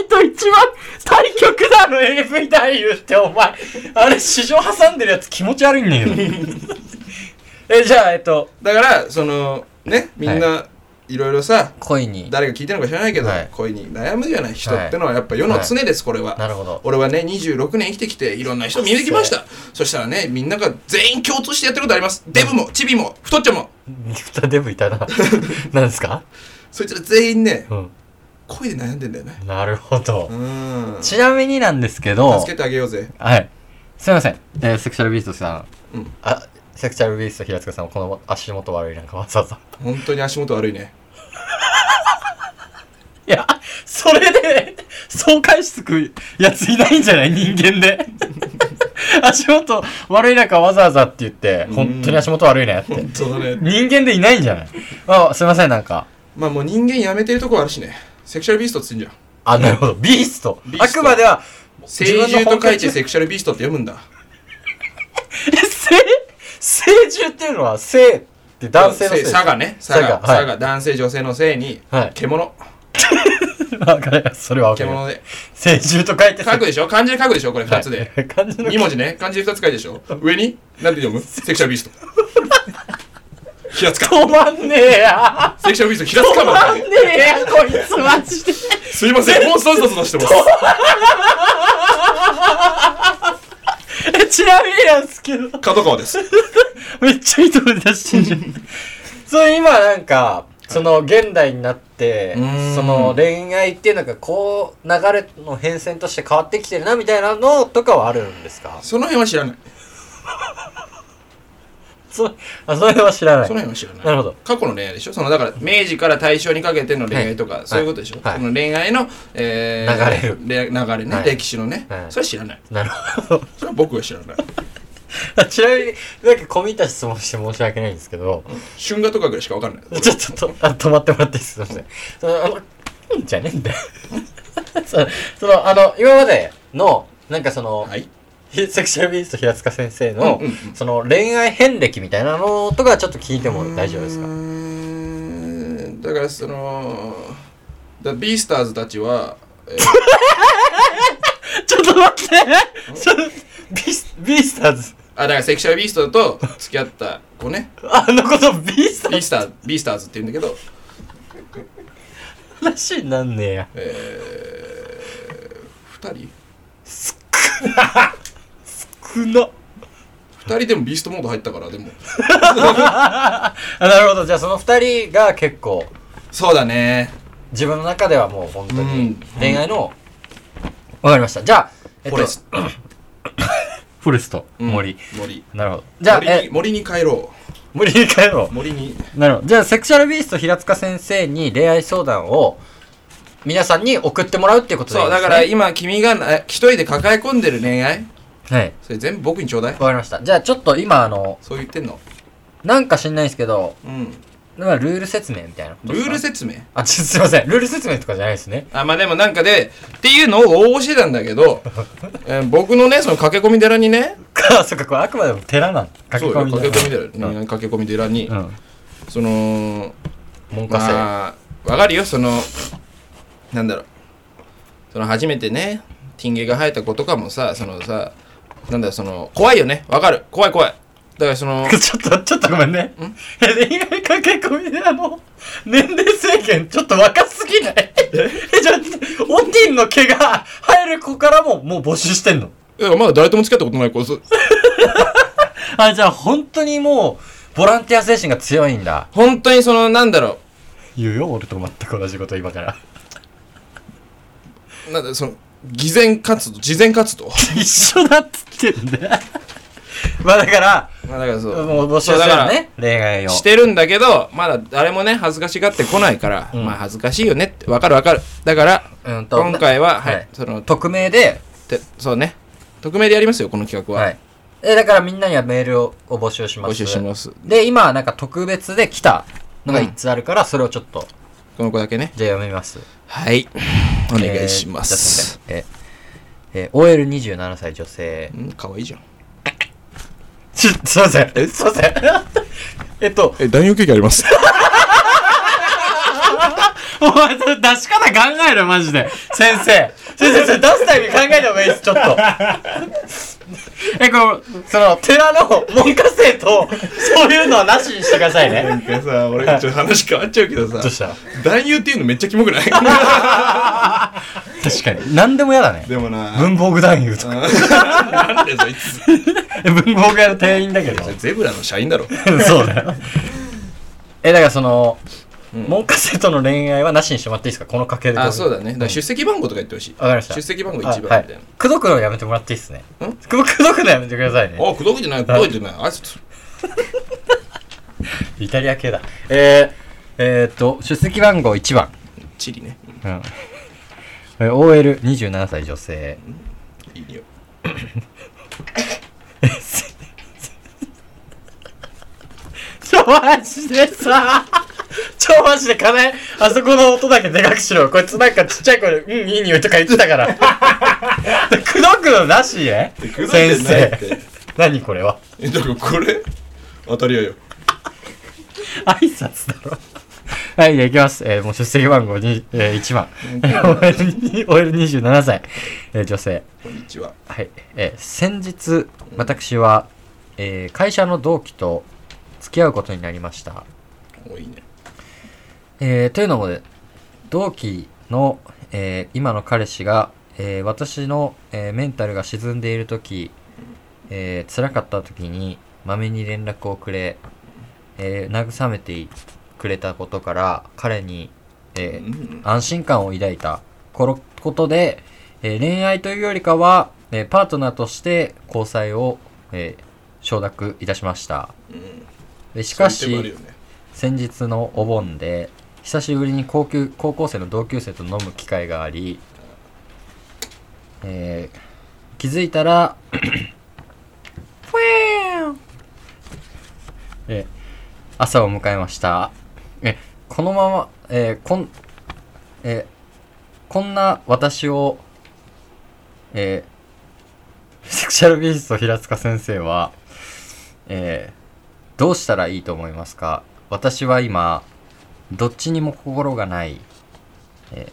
S1: と一番対極だろ AV 俳優ってお前あれ市場挟んでるやつ気持ち悪いんだけど
S2: <laughs>
S1: えじゃあえっと
S2: <laughs> だからそのねみんないろいろさ
S1: 恋に
S2: 誰が聞いてるのか知らないけど、
S1: はい
S2: 恋に悩むじゃない人ってのはやっぱ世の常です、これは
S1: なるほど
S2: 俺はね26年生きてきていろんな人見てきましたそしたらねみんなが全員共通してやってることありますデブもチビも太っちょも
S1: 二デブいたな <laughs> なんですか
S2: そいつら全員ね
S1: うん
S2: 恋で悩んでんだよね
S1: なるほど
S2: う、ーん
S1: ちなみになんですけど
S2: 助けてあげようぜ
S1: はいすいません、えーセクシャルビーストさん、
S2: うん
S1: あセクシャルビースト平塚さんこの足元悪いなんかわざわざ
S2: 本当に足元悪いね
S1: いや、それで、そう返しつくやついないんじゃない人間
S2: <laughs>
S1: で。足元悪い中わざわざって言って、
S2: うん
S1: 本当に足元悪いねって。
S2: 本当だね
S1: 人間でいないんじゃないあ、すいません、なんか。
S2: <laughs> まあもう人間やめてるとこあるしねセクシャルビーストっつうんじゃん
S1: あ、なるほど。ビースト。
S2: ビースト
S1: あくまでは、
S2: 成獣と書いて
S1: 自分の本
S2: セクシャルビーストって読むんだ
S1: 気え、性、成獣っていうのは、性って男性の性。
S2: 佐賀ね佐賀
S1: 佐賀はい
S2: 佐賀男性女性の性に
S1: はい
S2: 獣
S1: <laughs> わかりますそれはわかりま
S2: 獣
S1: す。成
S2: で
S1: 獣と書いて
S2: 書くでしょ漢字で書くでしょこれ2つで、
S1: はい漢字の
S2: 二文字ね漢字で2つ書いてでしょ上になんて
S1: <laughs>
S2: 読むセクシャルビースト平塚
S1: 止まんねえや。
S2: セクシャルビースト平塚
S1: 止
S2: も
S1: まんねえや、こいつマジで。
S2: すいませんもうそうそうそうしてます
S1: えちなみになんですけど。
S2: 角川です
S1: めっちゃいいとこで出してんじゃん。そう、今なんか、その現代になって
S2: うー、ん
S1: その恋愛っていうのがこう流れの変遷として変わってきてるなみたいなのとかはあるんですか
S2: その辺は知らない
S1: そあそれは知らない
S2: その。辺は知らない
S1: なるほど
S2: 過去の恋愛でしょそのだから明治から大正にかけての恋愛とか、
S1: はい
S2: そういうことでしょ、
S1: はい
S2: その恋愛の、え
S1: 流れる
S2: れ流れね、
S1: はい
S2: 歴史のね、
S1: はい
S2: それは知らない
S1: なるほど。
S2: それは僕は知らない
S1: ちなみに、なんか込み入った質問して申し訳ないんですけど、
S2: 春画とかぐらいしかわかんない
S1: <laughs> ちょっととあ止まってもらっていいですかすいません。その、あの、うんじゃねえんだよ。 <laughs> そその、あの、今までの、なんかその、
S2: はい
S1: セクシャルビースト平塚先生の、
S2: うんうんうん
S1: その恋愛遍歴みたいなのとかちょっと聞いても大丈夫です
S2: う
S1: か
S2: ーんだからそのだビースターズたちは、えー
S1: ちょっと待 <laughs> ってちょっとビスビースターズ
S2: あだからセクシャルビーストと付き合った子ね
S1: あのことビースタ
S2: ビ
S1: ー
S2: ースタービースターズって言うんだけど、
S1: ズらしいなんねえや
S2: えー、2人
S1: くな
S2: 2人でもビーストモード入ったからでも
S1: あなるほどじゃあその二人が結構
S2: そうだね
S1: 自分の中ではもう本当
S2: うん
S1: に恋愛の、わかりました。じゃあ、えっ
S2: フォレスト、
S1: フォレスト、
S2: うん
S1: 森。
S2: 森
S1: なるほど。じゃあ、
S2: 森に
S1: え、
S2: 森に帰ろ
S1: 森に帰ろ
S2: う森に
S1: う。なるほど。じゃあ、セクシャルビースト平塚先生に恋愛相談を皆さんに送ってもらうっていうことでい
S2: そ
S1: いうです
S2: だ
S1: ね
S2: から今君がな一人で抱え込んでる恋愛
S1: はい。
S2: それ全部僕にちょうだい
S1: わかりました。じゃあ、ちょっと今、あの、
S2: そう言ってんの
S1: なんか知んないんですけど、
S2: うん
S1: なんかルール説明みたいなこと
S2: ル
S1: です
S2: ー
S1: か
S2: ル説明
S1: あ、ちょすいません。ルール説明とかじゃないですね。
S2: あまあでもなんかでっていうのを応募してたんだけど、 <laughs> えー僕のねその駆け込み寺にね
S1: か、そっか、これあくまでも寺なんだ。
S2: そうよ駆け込み寺に、
S1: うん
S2: 駆け込み寺に、
S1: うん。
S2: その
S1: 文科生。
S2: まあわかるよそのなんだろうその初めてねティンゲが生えた子とかもさそのさなんだろうその怖いよねわかる怖い怖いだからそ <laughs> の
S1: <laughs> ちょっと、ちょっとごめんね。え、恋愛駆け込みであの、年齢制限、ちょっと若すぎない <laughs> え、じゃあ、オンディンの毛が生える子からも、もう募集してんの
S2: いやまだ誰とも付き合ったことない子そ
S1: あ、じゃあ、本当にもう、ボランティア精神が強いんだ。
S2: 本当にそのなんだろ
S1: 言うよ、俺と全く同じこと今から。
S2: うなんだろうその偽善活動慈善活動
S1: 一緒だっつってんだよ。 <laughs> まあだから、
S2: まあだからそう
S1: もう募集
S2: そう
S1: す
S2: だ
S1: る
S2: か
S1: の
S2: ら
S1: ね、恋愛を。
S2: してるんだけどまだ誰もね恥ずかしがってこないから、
S1: うん
S2: まあ恥ずかしいよねってわかるわかるだから
S1: うんと
S2: 今回は、はい
S1: はい
S2: そのと
S1: 匿名で、
S2: てそうね匿名でやりますよこの企画は、
S1: はい。え、だからみんなにはメールをを募集します。
S2: 募集します
S1: で、今、なんか特別で来たのが
S2: うん
S1: 1つあるから、それをちょっと、
S2: この子だけね
S1: じゃあ読みます。
S2: はいお願いします、
S1: えー。ちょっと待ってえー、えー、OL27 歳女性。
S2: うん可愛いじゃん
S1: ちょ、すいません。え、すいません。 <laughs> えっと、
S2: え男優経験あります <laughs>
S1: お前、それ出し方考えろ、マジで。先生。先生、それ出すタイミング考えた方がいいです、ちょっと。 <laughs> え、この、その、寺の文科生と、そういうのはなしにしてくださいね。
S2: なんかさ俺ちょっと話変わっちゃうけどさ
S1: <laughs> どうした
S2: 男優っていうのめっちゃキモくない
S1: 確かに。 <laughs> 何でも嫌だね。
S2: でもな
S1: 文房具男優とか。
S2: <laughs> なんでそいつ
S1: 文房具屋の店員だけど。
S2: ゼブラの社員だろ <laughs>
S1: そうだよ。 <laughs> え、だからその、
S2: うん
S1: 文科生との恋愛はなしにしてもらっていいですかこの家系で。
S2: あそうだねだ
S1: ん
S2: から出席番号とか言ってほしい
S1: わかりました
S2: 出席番号一
S1: あ
S2: 番みた
S1: はいい
S2: な。
S1: くどくのやめてもらっていいですね。
S2: ん
S1: くどくどくのやめてくださいね。
S2: あ、くどくじゃない、くどいじゃない。あいつ、
S1: イタリア系だ。えー、えー、っと、出席番号1番。
S2: チリね。
S1: うん。え OL27 歳女性。
S2: いいよ。
S1: ちょ、マジでさ。ちょ、マジで金、あそこの音だけでかくしろ。こいつなんかちっちゃい声で、うん、いい匂いとか言ってた
S2: <laughs>
S1: から。くどくのなしえ
S2: くどいじ
S1: 先
S2: ゃない
S1: 生。
S2: って。
S1: 何これは
S2: え、だからこれ、当たり屋よ。
S1: <laughs> 挨拶だろ。 <laughs> はい、じゃあ行きます。えーもう出席番号に、えー、1番。OL27 歳、えー女性。
S2: こんにちは。
S1: はい。えー先日、私は、えー会社の同期と付き合うことになりました。
S2: お、いいね。
S1: えーというのも、同期の、えー今の彼氏が、えー私の、えーメンタルが沈んでいる時、えー辛かった時にまめに連絡をくれ、えー慰めてくれたことから彼に、
S2: う
S1: えー
S2: ん。
S1: 安心感を抱いたこのことで、えー恋愛というよりかは、えーパートナーとして交際を、えー承諾いたしました
S2: うん
S1: でしか
S2: そういう手もあ
S1: し
S2: るよね
S1: 先日のお盆で久しぶりに高級高校生の同級生と飲む機会があり、えー気づいたら <coughs> えー朝を迎えましたえこのまま、えーこんえーこんな私を、えーセクシャルビースト平塚先生は、えーどうしたらいいと思いますか私は今どっちにも心がない、えー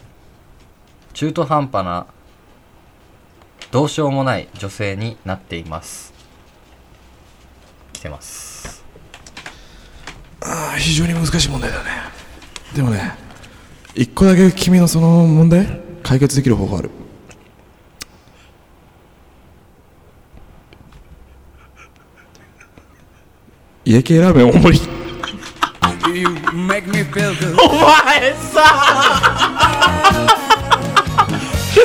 S1: 中途半端などうしようもない女性になっています来てます
S2: ああ、非常に難しい問題だね。でもね、一個だけ君のその問題、解決できる方法ある。家系ラーメン大盛り。
S1: お前さ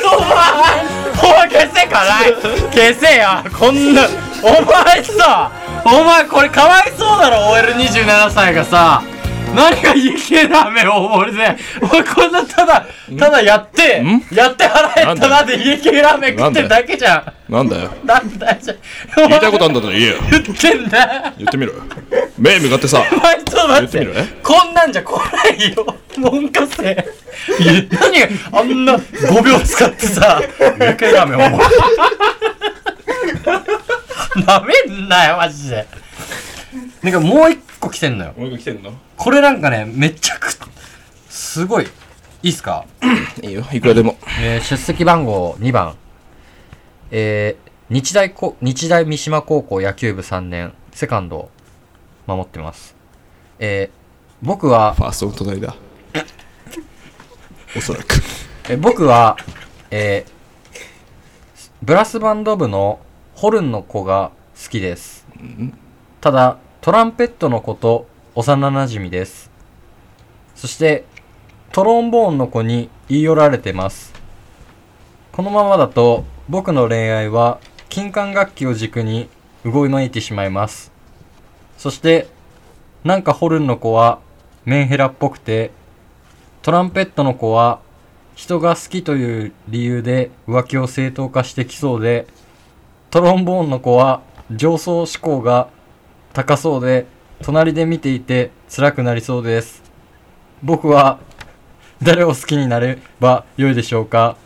S1: お前消せ辛い消せよこんなお前さお前これかわいそうだろ OL27 歳がさ何がいけなめを俺でお前こんなただただやってやって払えたなで家系ラーメン食ってるだけじゃ
S2: なんだよ
S1: んなんだじゃん
S2: 言いたいことあんだったら言えよ
S1: 言ってんだ <laughs>
S2: 言ってみろよ目向かってさ
S1: お前ちょっと待って
S2: 言ってみるね
S1: こんなんじゃ来ないよ文科生何があんな5秒使ってさ家系ラーメンお前なめんなよマジでなんかもう一個来てんのよ
S2: 俺が来てんの
S1: これなんかねめちゃくすごいいいっすか
S2: いいよいくらでも
S1: えー出席番号2番、えー日大こ日大三島高校野球部3年セカンドを守ってます、えー僕は
S2: ファーストの隣だおそらく
S1: え僕は、えーブラスバンド部のホルンの子が好きです。ただ、トランペットの子と幼馴染みです。そして、トロンボーンの子に言い寄られてます。このままだと、僕の恋愛は、金管楽器を軸に動いてしまいます。そして、なんかホルンの子は、メンヘラっぽくて、トランペットの子は、人が好きという理由で浮気を正当化してきそうでトロンボーンの子は上層志向が高そうで隣で見ていて辛くなりそうです僕は誰を好きになれば良いでしょうか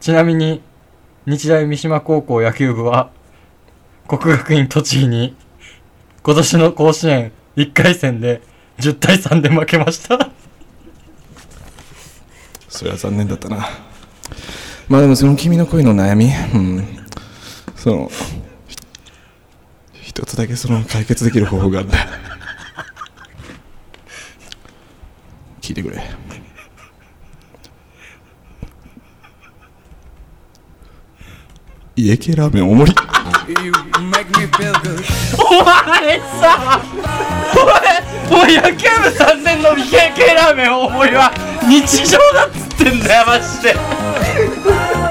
S1: ちなみに日大三島高校野球部は国学院栃木に今年の甲子園1回戦で10対3で負けました
S2: それは残念だったなまあでもその君の恋の悩みうんそのひ一つだけその解決できる方法があるんだ聞いてくれ家系ラーメンおもり
S1: お前さお前お前野球部3年の未経験ラーメン大盛りは日常だっつってんだよマジで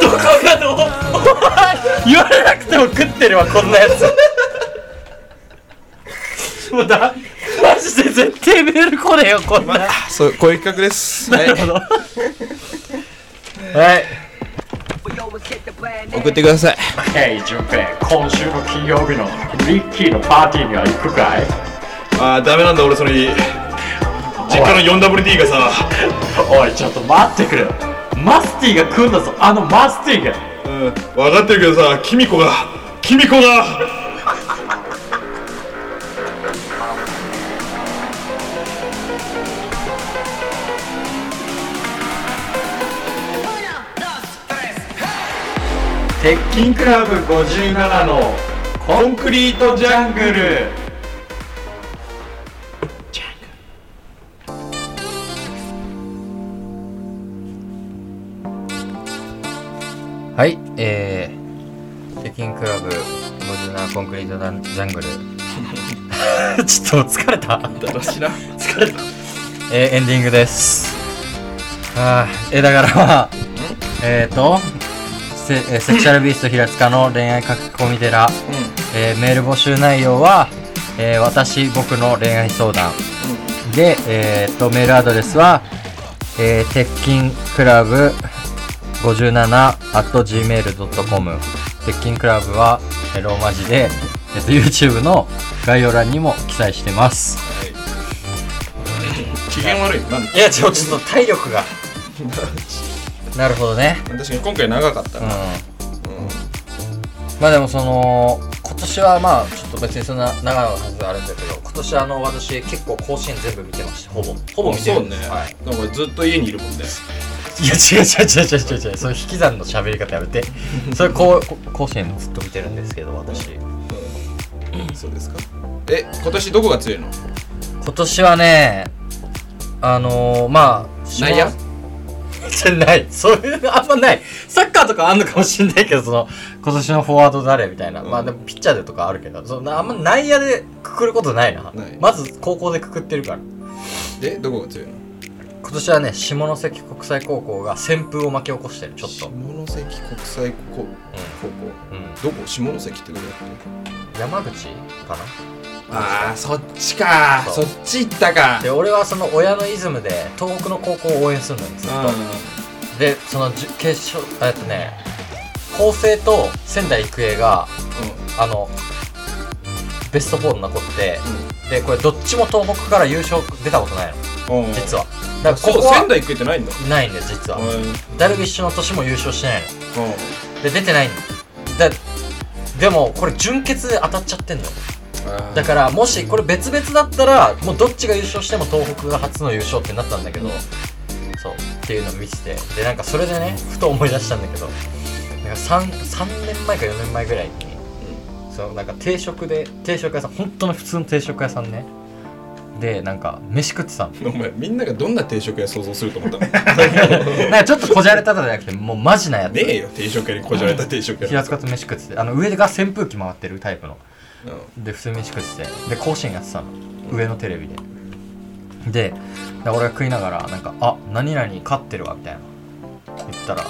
S1: どこかのお前言われなくても食ってるわこんなやつもうだマジで絶対メール来ねえよこんなは
S2: そうこういう企画です、はい、
S1: い
S4: We always get the plan
S2: 送っ
S4: A.
S2: てください
S3: Hey 淳平今週の金曜日のリッキーのパーティーには行くかい
S2: ああダメなんだ俺それ実家の 4WD がさ
S3: おいちょっと待ってくれよマスティが来んだぞあのマスティが
S2: うん分かってるけどさキミコがキミコが
S3: 鉄筋クラブ57のコンクリートジャングル
S1: はい、えー、北京クラブ57コンクリートダンジャングル <laughs> ちょっと疲れた
S2: だらしな
S1: 疲れた、えー、エンディングですあーえーだからまあえっ、ー、とセ,、えーセクシャルビースト平塚の恋愛書き込み寺、えーメール募集内容は、えー私僕の恋愛相談、で、えー、とメールアドレスは、えー、鉄筋クラブ57 gmail.com 鉄筋クラブはえーローマ字で、えーと YouTube の概要欄にも記載してます
S2: 機嫌悪いなんで
S1: いやちょちょっと体力が <laughs> なるほどね
S2: 確かに今回長かった
S1: うん
S2: な、
S1: まあでもその今年はまあちょっと別にそんな長いはずはあるんだけど今年あの私結構甲子園全部見てましたほぼほぼ見て
S2: そ
S1: る
S2: うんね
S1: です、、はい、
S2: なんかずっと家にいるもんね
S1: いや違う違う違う違う違う違うその引き算の喋り方やめてそれこうこ甲子園ずっと見てるんですけど私
S2: そうですかえ今年どこが強いの
S1: 今年はねあのー、まあ下
S2: 内野
S1: じゃないそう <laughs> いうのあんまないサッカーとかあんのかもしんないけどその今年のフォワード誰みたいな、まあでもピッチャーでとかあるけどそんなあんま内野でくくることないな
S2: ない
S1: まず高校でくくってるから
S2: えどこが強いの
S1: 今年はね下関国際高校が旋風を巻き起こしてるちょっと、
S2: 下関国際高校
S1: うん、
S2: どこ下関ってどこだっ
S1: 山口かな
S2: けああそっちか
S1: そ
S2: そうっち行ったか
S1: で俺はその親のイズムで東北の高校を応援するのよずっとでそのじゅ決勝えっとね法政と仙台育英があのベスト4に残って、でこれどっちも東北から優勝出たことないの
S2: うんうん
S1: 実はだから
S2: そ
S1: ここ
S2: う仙
S1: は
S2: 台行くってないんだ
S1: ないんだよ実は、ダルビッシュの年も優勝してないの
S2: うん
S1: で出てないんだだでもこれ準決で当たっちゃってんのだからもしこれ別々だったらもうどっちが優勝しても東北が初の優勝ってなったんだけどそうっていうのを見ててでなんかそれでねふと思い出したんだけどなんか 3, 3年前か4年前ぐらいにそのなんか定食で定食屋さん本当の普通の定食屋さんねでなんか飯食
S2: <laughs>
S1: ってたの
S2: お前みんながどんな定食屋想像すると思 <laughs> ったの
S1: なんかちょっとこじゃれたとかじゃなくてもうマジなやつ
S2: ねえよ定食屋にこじゃれた定食屋
S1: 平塚と飯食っててあの上が扇風機回ってるタイプの
S2: うん
S1: で普通に飯食っててで甲子園やってたの上のテレビででで俺が食いながらなんか「あ何々勝ってるわ」みたいな言ったら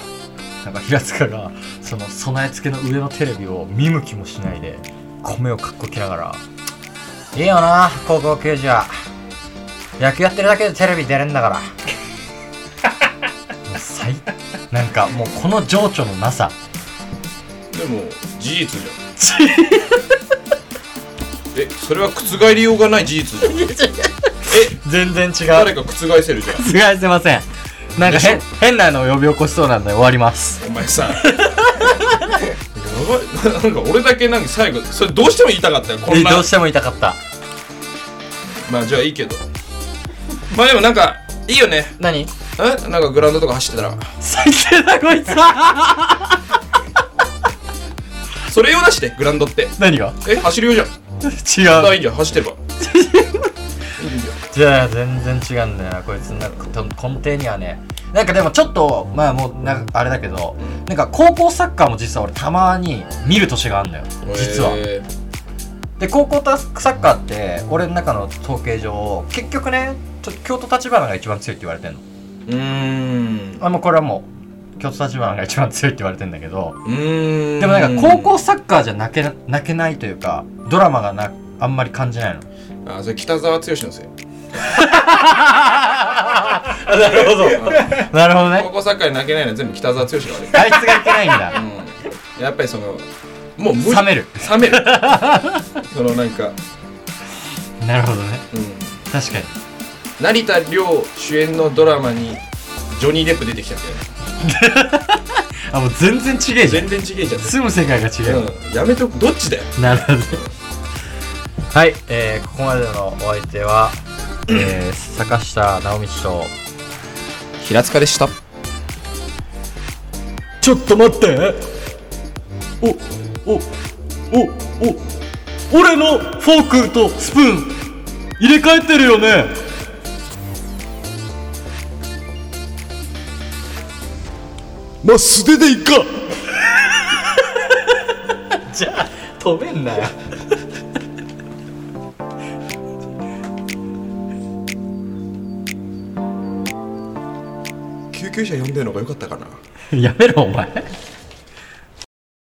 S1: なんか平塚がその備え付けの上のテレビを見向きもしないで米をかっこきながら「いいよな高校球児は野球やってるだけでテレビ出れんだから」も
S2: <laughs>
S1: う最なんかもうこの情緒のなさ
S2: でも事実じゃんえそれは覆りようがない事実じゃんえ
S1: 全然違う
S2: 誰か覆せるじゃん
S1: すがいせませんなんか
S2: でしょ
S1: 変変なのを呼び起こしそうなんで終わります
S2: お前さ <laughs> やばいなんか俺だけなんか最後それどうしても言いたかったよこん
S1: え
S2: な
S1: どうしても言いたかった
S2: まあじゃあいいけどまあでもなんかいいよね
S1: 何
S2: えなんかグラウンドとか走ってたら
S1: 最低だこいつは <laughs>
S2: それ用なしでグラウンドって
S1: 何が
S2: え走るようじゃん
S1: 違
S2: あ
S1: う
S2: いいじゃん走ってればいいじ
S1: じゃあ全然違うんだよなこいつなんかと根底にはねなんかでもちょっとまあもうなんかあれだけどなんか高校サッカーも実は俺たまに見る年があるんだよ
S2: ゃん
S1: 実は
S2: え
S1: で高校サッカーって俺の中の統計上結局ねと京都立花が一番強いって言われてんの
S2: ーうーん
S1: あもうこれはもう京都立花が一番強いって言われてんだけど
S2: うーん
S1: でもなんか高校サッカーじゃ泣けな泣けないというかドラマがなあんまり感じ <laughs> ないの
S2: あそれ北沢剛のせい
S1: なるほどなるほど
S2: 高
S1: ね
S2: 校サッカーに泣けないのは全部北沢剛が悪い
S1: あいつがいけないん <laughs> だ
S2: うんやっぱりそのもう無理
S1: 冷める
S2: 冷める <laughs> そのなんか、
S1: なるほどね
S2: うん、
S1: 確かに
S2: 成田凌主演のドラマにジョニー・デップ出てきたみたいな
S1: あもう全然違えじゃん
S2: 全然違えじゃん、
S1: 住む世界が違う、
S2: うん、やめとくどっちだよ
S1: なるほどはい、えー、ここまでのお相手は、えー、坂下直道と
S2: 平塚でした
S1: ちょっと待っておおおお俺のフォークとスプーン入れ替えてるよね
S2: まあ素手でいっか
S1: じゃあ止めんなよ
S2: 救急車呼んでるのが良かったかな
S1: <laughs> やめろお前